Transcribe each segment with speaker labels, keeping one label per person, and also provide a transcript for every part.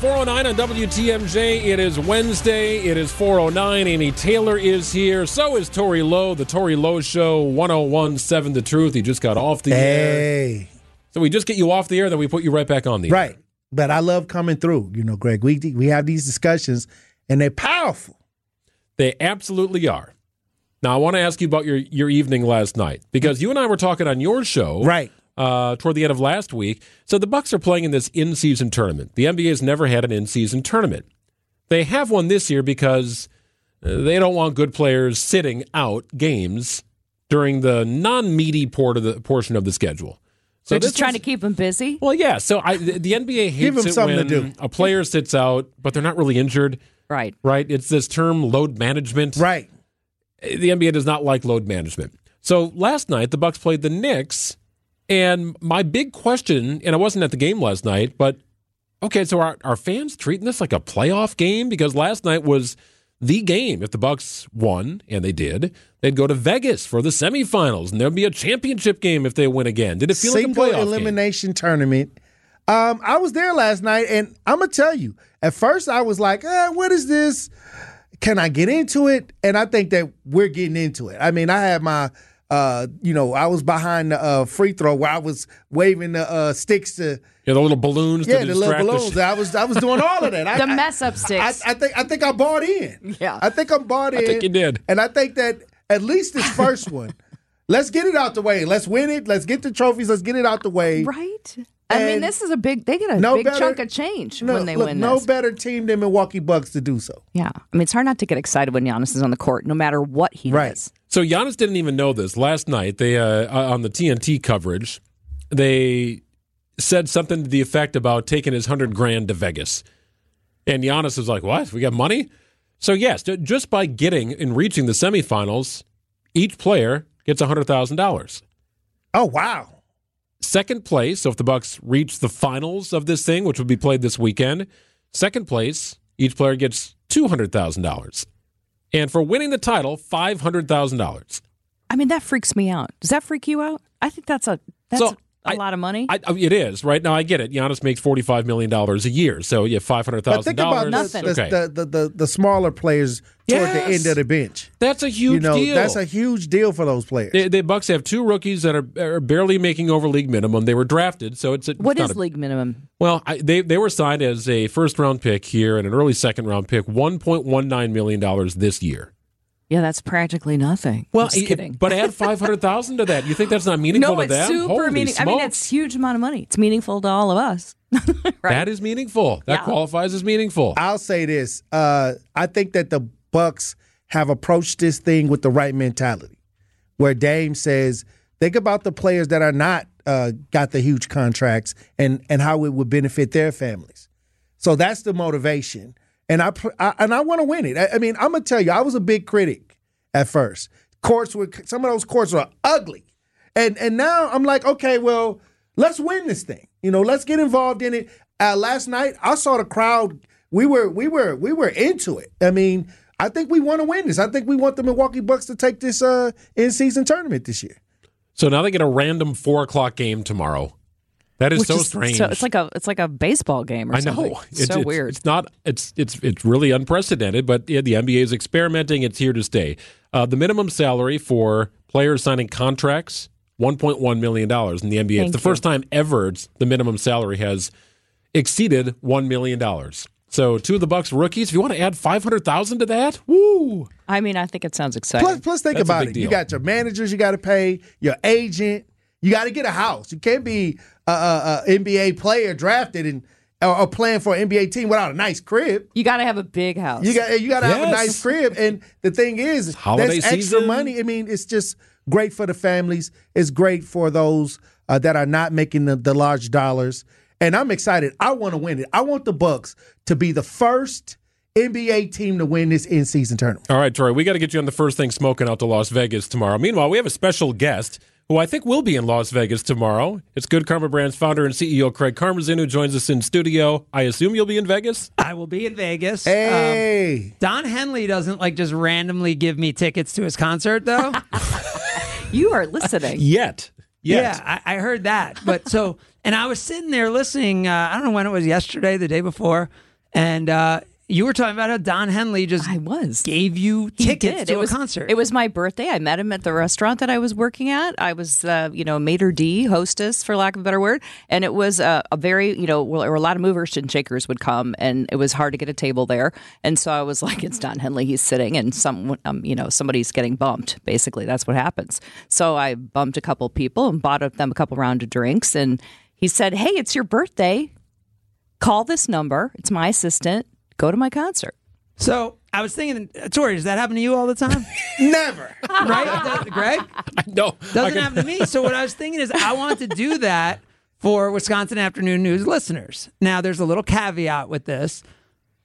Speaker 1: 409 on WTMJ. It is Wednesday. It is 409. Amy Taylor is here. So is Tori Lowe. The Tori Lowe Show, 1017 The Truth. He just got off the air.
Speaker 2: Hey,
Speaker 1: So we just get you off the air, then we put you right back on the air.
Speaker 2: right. But I love coming through. You know, Greg, we we have these discussions, and they're powerful.
Speaker 1: They absolutely are. Now, I want to ask you about your, your evening last night because you and I were talking on your show.
Speaker 2: Right.
Speaker 1: uh, toward the end of last week. So the Bucks are playing in this in-season tournament. The NBA has never had an in-season tournament. They have one this year because uh, they don't want good players sitting out games during the non-meaty port of the portion of the schedule. So
Speaker 3: They're just
Speaker 1: this
Speaker 3: trying
Speaker 1: was-
Speaker 3: to keep him busy.
Speaker 1: Well, yeah. So I, the, the NBA hates
Speaker 2: Give them
Speaker 1: it
Speaker 2: something to
Speaker 1: when
Speaker 2: do.
Speaker 1: a player sits out, but they're not really injured,
Speaker 3: Right.
Speaker 1: right? It's this term load management
Speaker 2: Right.
Speaker 1: the NBA does not like load management. So last night the Bucks played the Knicks, and my big question, and I wasn't at the game last night, but okay, so are are fans treating this like a playoff game? Because last night was the game. If the Bucks won, and they did, they'd go to Vegas for the semifinals, and there'd be a championship game if they win again. Did it feel
Speaker 2: Single
Speaker 1: like a playoff game?
Speaker 2: elimination tournament. Um, I was there last night, and I'm gonna tell you. At first, I was like, eh, "What is this? Can I get into it?" And I think that we're getting into it. I mean, I had my, uh, you know, I was behind the uh, free throw where I was waving the uh, sticks to,
Speaker 1: Yeah, the little balloons.
Speaker 2: yeah,
Speaker 1: to
Speaker 2: the
Speaker 1: distract
Speaker 2: little
Speaker 1: the
Speaker 2: balloons.
Speaker 1: sh-
Speaker 2: I was, I was doing all of that. I,
Speaker 3: The
Speaker 2: I-
Speaker 3: mess up
Speaker 2: I,
Speaker 3: sticks.
Speaker 2: I think I think I bought in.
Speaker 3: Yeah.
Speaker 2: I think I'm bought in.
Speaker 1: I think you did.
Speaker 2: And I think that at least this first one, let's get it out the way. Let's win it. Let's get the trophies. Let's get it out the way.
Speaker 3: right. I mean,
Speaker 2: And
Speaker 3: this is a big. They get a
Speaker 2: no
Speaker 3: big
Speaker 2: better-
Speaker 3: chunk of change
Speaker 2: No,
Speaker 3: when they
Speaker 2: look,
Speaker 3: win
Speaker 2: no
Speaker 3: this.
Speaker 2: better team than Milwaukee Bucks to do so.
Speaker 3: yeah. I mean, it's hard not to get excited when Giannis is on the court, no matter what he
Speaker 2: Right.
Speaker 3: does.
Speaker 1: So Giannis didn't even know this last night. They uh, on the TNT coverage, they said something to the effect about taking his hundred grand to Vegas, and Giannis was like, "What? We got money?" So yes, ju- just by getting and reaching the semifinals, each player gets hundred thousand dollars.
Speaker 2: Oh wow.
Speaker 1: Second place, so if the Bucks reach the finals of this thing, which will be played this weekend, second place, each player gets two hundred thousand dollars, and for winning the title, five hundred thousand dollars.
Speaker 3: I mean, that freaks me out. Does that freak you out? I think that's a that's
Speaker 1: So,
Speaker 3: a
Speaker 1: I-
Speaker 3: lot of money.
Speaker 1: I, I- it is right now. I get it. Giannis makes forty-five million dollars a year, so yeah, five hundred
Speaker 2: But
Speaker 1: thousand
Speaker 2: think about
Speaker 1: dollars.
Speaker 2: the,
Speaker 3: Nothing.
Speaker 2: the, the, the, the the smaller players toward the
Speaker 1: Yes.
Speaker 2: end of the bench.
Speaker 1: that's a huge
Speaker 2: you know,
Speaker 1: deal.
Speaker 2: that's a huge deal for those players.
Speaker 1: the, the Bucks have two rookies that are, are barely making over league minimum. They were drafted, so it's a,
Speaker 3: what
Speaker 1: it's not
Speaker 3: is
Speaker 1: a-
Speaker 3: league minimum?
Speaker 1: Well, I, they they were signed as a first-round pick here and an early second-round pick, one point one nine million dollars this year.
Speaker 3: Yeah, that's practically nothing. Well, just
Speaker 1: it-
Speaker 3: kidding.
Speaker 1: but add five hundred thousand to that. You think that's not meaningful
Speaker 3: no,
Speaker 1: to
Speaker 3: it's
Speaker 1: them?
Speaker 3: super
Speaker 1: Holy
Speaker 3: meaningful. I mean,
Speaker 1: smokes.
Speaker 3: it's huge amount of money. It's meaningful to all of us.
Speaker 1: that is meaningful. That
Speaker 3: Yeah.
Speaker 1: qualifies as meaningful.
Speaker 2: I'll say this. Uh, I think that the Bucks have approached this thing with the right mentality, where Dame says, think about the players that are not uh, got the huge contracts and and how it would benefit their families. So that's the motivation, and I, pr- I and I want to win it. I, I mean, I'm gonna tell you, I was a big critic at first. Courts were some of those courts were ugly, and and now I'm like, okay, well, let's win this thing. You know, let's get involved in it. Uh, last night, I saw the crowd. We were we were we were into it. I mean, I think we want to win this. I think we want the Milwaukee Bucks to take this uh, in season tournament this year.
Speaker 1: so now they get a random four o'clock game tomorrow. That is
Speaker 3: Which
Speaker 1: so
Speaker 3: is-
Speaker 1: strange.
Speaker 3: it's like a it's like a baseball game. Or
Speaker 1: I
Speaker 3: something.
Speaker 1: know.
Speaker 3: It's so weird.
Speaker 1: It's not. It's it's it's really unprecedented. But yeah, the NBA is experimenting. It's here to stay. Uh, the minimum salary for players signing contracts one point one million dollars in the NBA. it's
Speaker 3: Thank
Speaker 1: the
Speaker 3: you.
Speaker 1: first time ever it's- the minimum salary has exceeded one million dollars. So two of the Bucks rookies. If you want to add five hundred thousand to that, woo!
Speaker 3: I mean, I think it sounds exciting.
Speaker 2: Plus, plus think
Speaker 1: That's a
Speaker 2: about
Speaker 1: big
Speaker 2: it.
Speaker 1: deal.
Speaker 2: You got your managers you got to pay, your agent. You got to get a house. You can't be a, a, a NBA player drafted and or, or playing for an NBA team without a nice crib.
Speaker 3: you got to have a big house.
Speaker 2: You got you got to have a
Speaker 1: Yes.
Speaker 2: nice crib. And the thing is,
Speaker 1: holiday
Speaker 2: that's extra
Speaker 1: season.
Speaker 2: money. I mean, it's just great for the families. It's great for those uh, that are not making the, the large dollars. And I'm excited. I want to win it. I want the Bucks to be the first NBA team to win this in-season tournament.
Speaker 1: All right, Troy, we got to get you on the first thing smoking out to Las Vegas tomorrow. Meanwhile, we have a special guest who I think will be in Las Vegas tomorrow. It's Good Karma Brands founder and CEO Craig Karmazin, who joins us in studio. I assume you'll be in Vegas.
Speaker 4: I will be in Vegas. Um,
Speaker 2: Hey.
Speaker 4: Don Henley doesn't like just randomly give me tickets to his concert though.
Speaker 3: you are listening.
Speaker 1: Yet. Yet.
Speaker 4: Yeah, I, I heard that. But so, and I was sitting there listening. Uh, I don't know when it was yesterday, the day before. And uh, you were talking about how Don Henley just
Speaker 3: I was.
Speaker 4: gave you tickets to
Speaker 3: it
Speaker 4: a
Speaker 3: was,
Speaker 4: concert.
Speaker 3: It was my birthday. I met him at the restaurant that I was working at. I was, uh, you know, maitre d, hostess, for lack of a better word. And it was a, a very, you know, well, there were a lot of movers and shakers would come, and it was hard to get a table there. And so I was like, it's Don Henley. He's sitting, and some, um, you know, somebody's getting bumped. Basically, that's what happens. So I bumped a couple people and bought them a couple round of drinks. And he said, "Hey, it's your birthday. Call this number. It's my assistant. Go to my concert."
Speaker 4: so I was thinking, Tori, does that happen to you all the time?
Speaker 2: Never.
Speaker 4: right, Does- Greg?
Speaker 1: No, I
Speaker 4: Doesn't
Speaker 1: can-
Speaker 4: happen to me. So what I was thinking is I want to do that for Wisconsin Afternoon News listeners. Now there's a little caveat with this.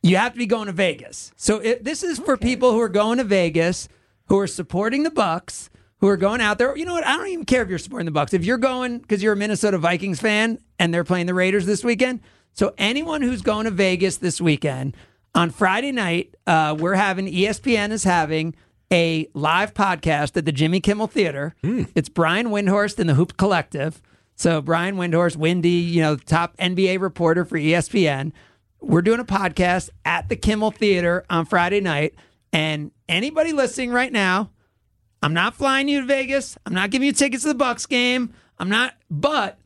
Speaker 4: You have to be going to Vegas. So it, this is for people who are going to Vegas, who are supporting the Bucks, who are going out there. You know what? I don't even care if you're supporting the Bucks. If you're going because you're a Minnesota Vikings fan and they're playing the Raiders this weekend. So anyone who's going to Vegas this weekend on Friday night, uh, we're having ESPN is having a live podcast at the Jimmy Kimmel Theater. It's Brian Windhorst and the Hoop Collective. So Brian Windhorst, Windy, you know, top NBA reporter for E ESPN. We're doing a podcast at the Kimmel Theater on Friday night. And anybody listening right now, I'm not flying you to Vegas. I'm not giving you tickets to the Bucks game. I'm not, but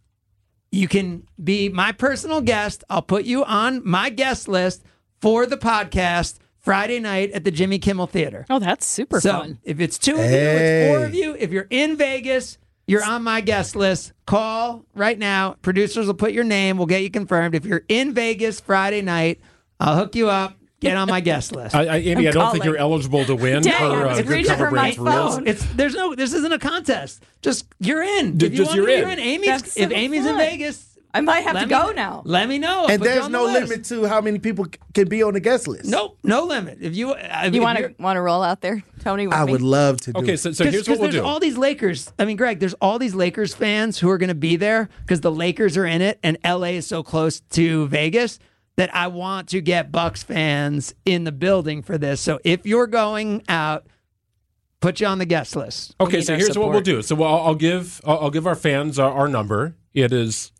Speaker 4: you can be my personal guest. I'll put you on my guest list for the podcast Friday night at the Jimmy Kimmel Theater.
Speaker 3: Oh, that's super
Speaker 4: so
Speaker 3: fun.
Speaker 4: if it's two of you, it's four
Speaker 2: Hey.
Speaker 4: of you. If you're in Vegas, you're on my guest list. Call right now. Producers will put your name. We'll get you confirmed. If you're in Vegas Friday night, I'll hook you up. Get on my guest list.
Speaker 1: I, I, Andy, I don't think
Speaker 3: calling.
Speaker 1: you're eligible to win
Speaker 3: Dang,
Speaker 1: per
Speaker 3: I was
Speaker 1: uh, good
Speaker 3: reaching
Speaker 1: cover
Speaker 3: for my
Speaker 1: Brands rules.
Speaker 3: phone.
Speaker 4: It's there's no this isn't a contest. Just you're in.
Speaker 1: Ju-
Speaker 4: If you
Speaker 1: just
Speaker 4: want
Speaker 1: you're
Speaker 4: to be
Speaker 1: in.
Speaker 4: Amy's
Speaker 3: That's
Speaker 4: if
Speaker 3: so
Speaker 4: Amy's in
Speaker 3: fun.
Speaker 4: Vegas,
Speaker 3: I might have
Speaker 4: let
Speaker 3: to
Speaker 4: me-
Speaker 3: go now.
Speaker 4: Let me know. I'll
Speaker 2: And
Speaker 4: put you
Speaker 2: there's
Speaker 4: on the
Speaker 2: no
Speaker 4: list.
Speaker 2: limit to how many people c- can be on the guest list.
Speaker 4: Nope, no limit. If you uh, if
Speaker 3: You want
Speaker 4: you're-
Speaker 3: to want to roll out there, Tony? With
Speaker 2: I
Speaker 3: me?
Speaker 2: would love to do
Speaker 1: Okay,
Speaker 2: it.
Speaker 1: so, so
Speaker 4: Cause,
Speaker 1: here's
Speaker 4: 'cause
Speaker 1: what we'll
Speaker 4: there's
Speaker 1: do.
Speaker 4: all these Lakers. I mean, Greg, there's all these Lakers fans who are going to be there because the Lakers are in it, and LA is so close to Vegas that I want to get Bucks fans in the building for this. So if you're going out, put you on the guest list.
Speaker 1: Okay,
Speaker 3: need
Speaker 1: so
Speaker 3: our
Speaker 1: here's what we'll
Speaker 3: support.
Speaker 1: do. So I'll, I'll give I'll, I'll give our fans our, our number. It is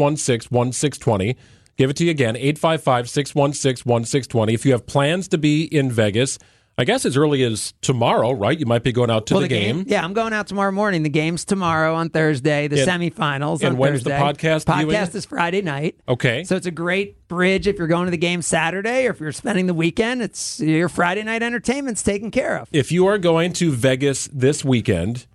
Speaker 1: 855-616-1620. Give it to you again, 855-616-1620. If you have plans to be in Vegas, I guess as early as tomorrow, right? You might be going out to
Speaker 4: Well,
Speaker 1: the, game.
Speaker 4: Yeah, I'm going out tomorrow morning. The game's tomorrow on Thursday. The
Speaker 1: And-
Speaker 4: semifinals.
Speaker 1: and
Speaker 4: on
Speaker 1: when's the
Speaker 4: Thursday.
Speaker 1: podcast viewing?
Speaker 4: Podcast is Friday night.
Speaker 1: Okay.
Speaker 4: So it's a great bridge if you're going to the game Saturday or if you're spending the weekend. It's your Friday night entertainment's taken care of.
Speaker 1: if you are going to Vegas this weekend,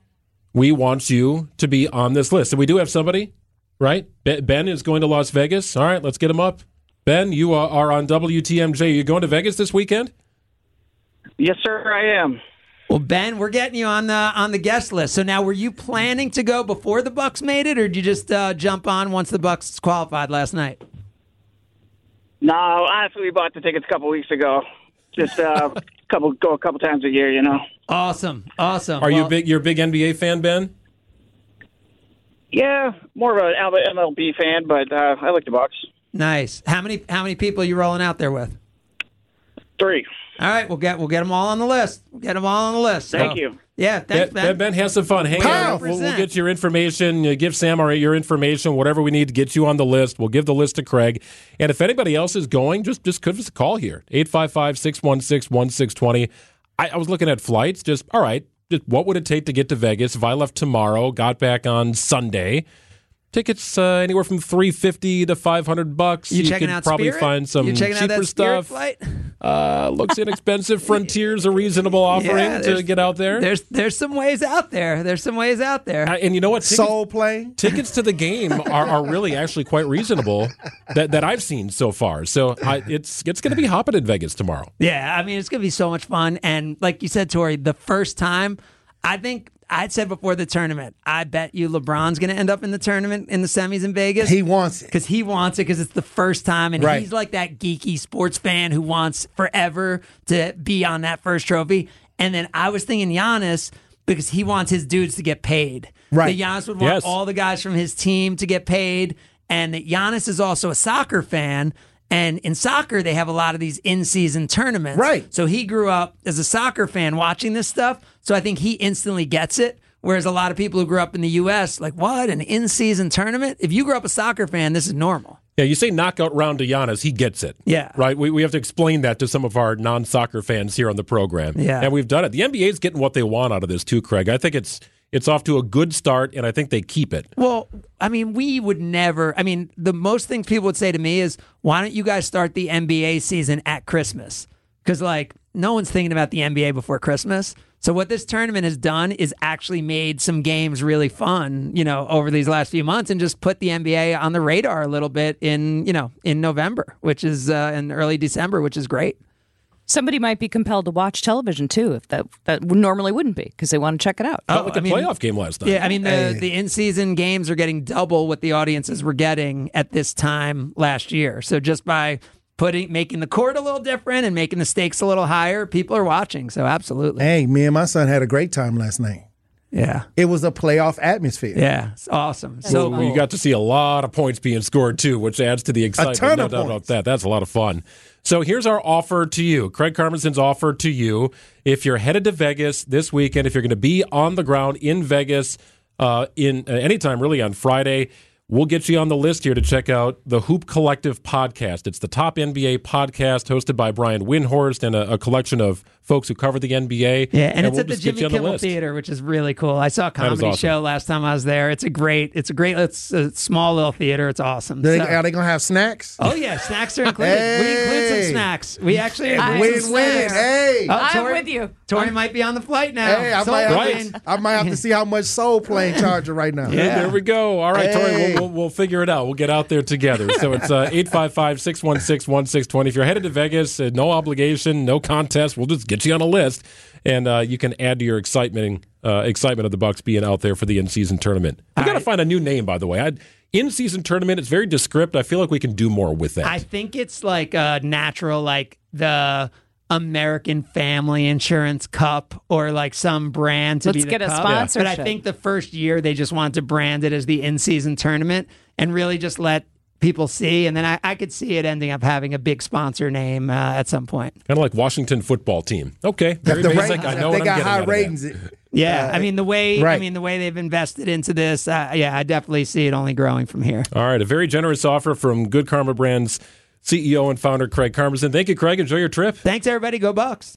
Speaker 1: we want you to be on this list. And we do have somebody, right? Be- Ben is going to Las Vegas. All right, let's get him up. Ben, you are, are on WTMJ. You going to Vegas this weekend?
Speaker 5: Yes, sir, I am.
Speaker 4: Well, Ben, we're getting you on the on the guest list. So now, were you planning to go before the Bucks made it, or did you just uh, jump on once the Bucks qualified last night?
Speaker 5: No, honestly, we bought the tickets a couple weeks ago. Just uh, a couple go a couple times a year, you know.
Speaker 4: Awesome, awesome.
Speaker 1: Are you
Speaker 4: Well,
Speaker 1: a big? You're a big NBA fan, Ben.
Speaker 5: Yeah, more of an MLB fan, but uh, I like the Bucks.
Speaker 4: Nice. How many how many people are you rolling out there with?
Speaker 5: Three.
Speaker 4: All right, we'll get we'll get them all on the list. We'll get them all on the list. So-
Speaker 5: Thank you.
Speaker 4: Yeah, thanks,
Speaker 1: Ben, Ben,
Speaker 4: Ben.
Speaker 1: Ben, have some fun. Hang
Speaker 2: Kyle!
Speaker 1: on. We'll, we'll get your information. Uh, Give Sam our, your information, whatever we need to get you on the list. We'll give the list to Craig. And if anybody else is going, just just give us a call here 855 616 1620. I was looking at flights, just, all right, just what would it take to get to Vegas if I left tomorrow, got back on Sunday? Tickets uh, anywhere from 350 to 500 bucks.
Speaker 4: You checking
Speaker 1: could
Speaker 4: out
Speaker 1: probably
Speaker 4: Spirit?
Speaker 1: find some
Speaker 4: you checking
Speaker 1: cheaper
Speaker 4: out that Spirit
Speaker 1: stuff.
Speaker 4: Flight?
Speaker 1: Uh, looks inexpensive. Frontier's a reasonable offering
Speaker 4: Yeah,
Speaker 1: to
Speaker 4: there's-
Speaker 1: get out there.
Speaker 4: There's there's some ways out there. There's some ways out there.
Speaker 1: Uh, and you know what? Tickets-
Speaker 2: Soul plane.
Speaker 1: tickets to the game are, are really actually quite reasonable that, that I've seen so far. So I, it's it's going to be hopping in Vegas tomorrow.
Speaker 4: Yeah, I mean it's gonna be so much fun, and like you said, Tori, the first time, I think I said before the tournament, I bet you LeBron's gonna end up in the tournament in the semis in Vegas.
Speaker 2: He wants it.
Speaker 4: because he wants it because it's the first time, and
Speaker 2: Right.
Speaker 4: he's like that geeky sports fan who wants forever to be on that first trophy. And then I was thinking Giannis because he wants his dudes to get paid.
Speaker 2: Right.
Speaker 4: that Giannis would want
Speaker 1: Yes.
Speaker 4: all the guys from his team to get paid, and that Giannis is also a soccer fan. And in soccer, they have a lot of these in-season tournaments.
Speaker 2: Right.
Speaker 4: So he grew up as a soccer fan watching this stuff. So I think he instantly gets it. Whereas a lot of people who grew up in the U.S. like what an in-season tournament. If you grew up a soccer fan, this is normal.
Speaker 1: Yeah, you say knockout round to Giannis, he gets it.
Speaker 4: Yeah.
Speaker 1: Right? We, we have to explain that to some of our non soccer fans here on the program.
Speaker 4: Yeah.
Speaker 1: And we've done it. The NBA's getting what they want out of this too, Craig. I think it's it's off to a good start and I think they keep it.
Speaker 4: Well, I mean, we would never. I mean, the most things people would say to me is, "Why don't you guys start the NBA season at Christmas?" Because like no one's thinking about the NBA before Christmas. So what this tournament has done is actually made some games really fun, you know, over these last few months, and just put the NBA on the radar a little bit in you know in November, which is uh, in early December, which is great.
Speaker 3: Somebody might be compelled to watch television too, if that that normally wouldn't be because they want to check it out.
Speaker 1: Felt like a
Speaker 4: Oh, I mean-
Speaker 1: playoff game last night.
Speaker 4: Yeah, I mean the the in season games are getting double what the audiences were getting at this time last year. So just by putting making the court a little different and making the stakes a little higher, people are watching. So absolutely,
Speaker 2: Hey, me and my son had a great time last night.
Speaker 4: yeah,
Speaker 2: It was a playoff atmosphere.
Speaker 4: yeah, it's awesome. So
Speaker 1: Well, you got to see a lot of points being scored too, which adds to the excitement.
Speaker 2: ton
Speaker 1: no
Speaker 2: of
Speaker 1: doubt about
Speaker 2: points.
Speaker 1: that. That's a lot of fun. So here's our offer to you, Craig Carmenson's offer to you. If you're headed to Vegas this weekend, if you're going to be on the ground in Vegas uh, in uh, anytime really on Friday. We'll get you on the list here to check out the Hoop Collective podcast. It's the top NBA podcast hosted by Brian Windhorst and a, a collection of folks who cover the NBA.
Speaker 4: Yeah, and, it's
Speaker 1: we'll
Speaker 4: at the
Speaker 1: just get
Speaker 4: Jimmy
Speaker 1: you on the
Speaker 4: Kimmel
Speaker 1: list.
Speaker 4: Theater, which is really cool. I saw a
Speaker 1: was
Speaker 4: comedy
Speaker 1: awesome.
Speaker 4: show last time I was there. It's a great, it's a great, it's a small little theater. It's awesome.
Speaker 2: They-
Speaker 4: So-
Speaker 2: are they gonna have snacks?
Speaker 4: oh yeah, snacks are included. We include some
Speaker 2: Hey.
Speaker 4: snacks. We actually
Speaker 3: I-
Speaker 4: include
Speaker 2: win
Speaker 4: some
Speaker 2: win.
Speaker 4: snacks.
Speaker 2: Hey.
Speaker 4: Oh,
Speaker 3: I'm with you.
Speaker 4: Tori might be on the flight now.
Speaker 2: Hey, I
Speaker 4: So
Speaker 2: might, have
Speaker 1: Right.
Speaker 2: to, I might have to see how much Soul playing Charger right now.
Speaker 4: Yeah.
Speaker 1: There we go. All right, Tori,
Speaker 2: Hey.
Speaker 1: we'll, we'll, we'll figure it out. We'll get out there together. So it's uh, 855 616 1620. If you're headed to Vegas, uh, no obligation, no contest. We'll just get you on a list, and uh, you can add to your excitement uh, excitement of the Bucks being out there for the in season tournament. We got to find a new name, by the way. I, in season tournament, it's very descript. I feel like we can do more with that.
Speaker 4: I think it's like a natural, like the American Family Insurance Cup or like some brand to be
Speaker 3: Let's
Speaker 4: the
Speaker 3: get a
Speaker 4: cup.
Speaker 3: sponsorship.
Speaker 4: But I think the first year they just wanted to brand it as the in-season tournament and really just let people see. And then I, I could see it ending up having a big sponsor name uh, at some point.
Speaker 1: kind of like Washington football team. Okay. Very
Speaker 2: The
Speaker 1: basic.
Speaker 2: ratings,
Speaker 1: I know what
Speaker 2: if they
Speaker 1: I'm
Speaker 2: got
Speaker 1: getting out
Speaker 2: high
Speaker 1: of that.
Speaker 2: ratings. It,
Speaker 4: Yeah, I mean the way I
Speaker 2: right.
Speaker 4: mean the way they've invested into this. Uh, yeah, I definitely see it only growing from here.
Speaker 1: All right. A very generous offer from E Good Karma Brands CEO and founder Craig Carmison. Thank you, Craig. Enjoy your trip.
Speaker 4: Thanks everybody. Go Bucks.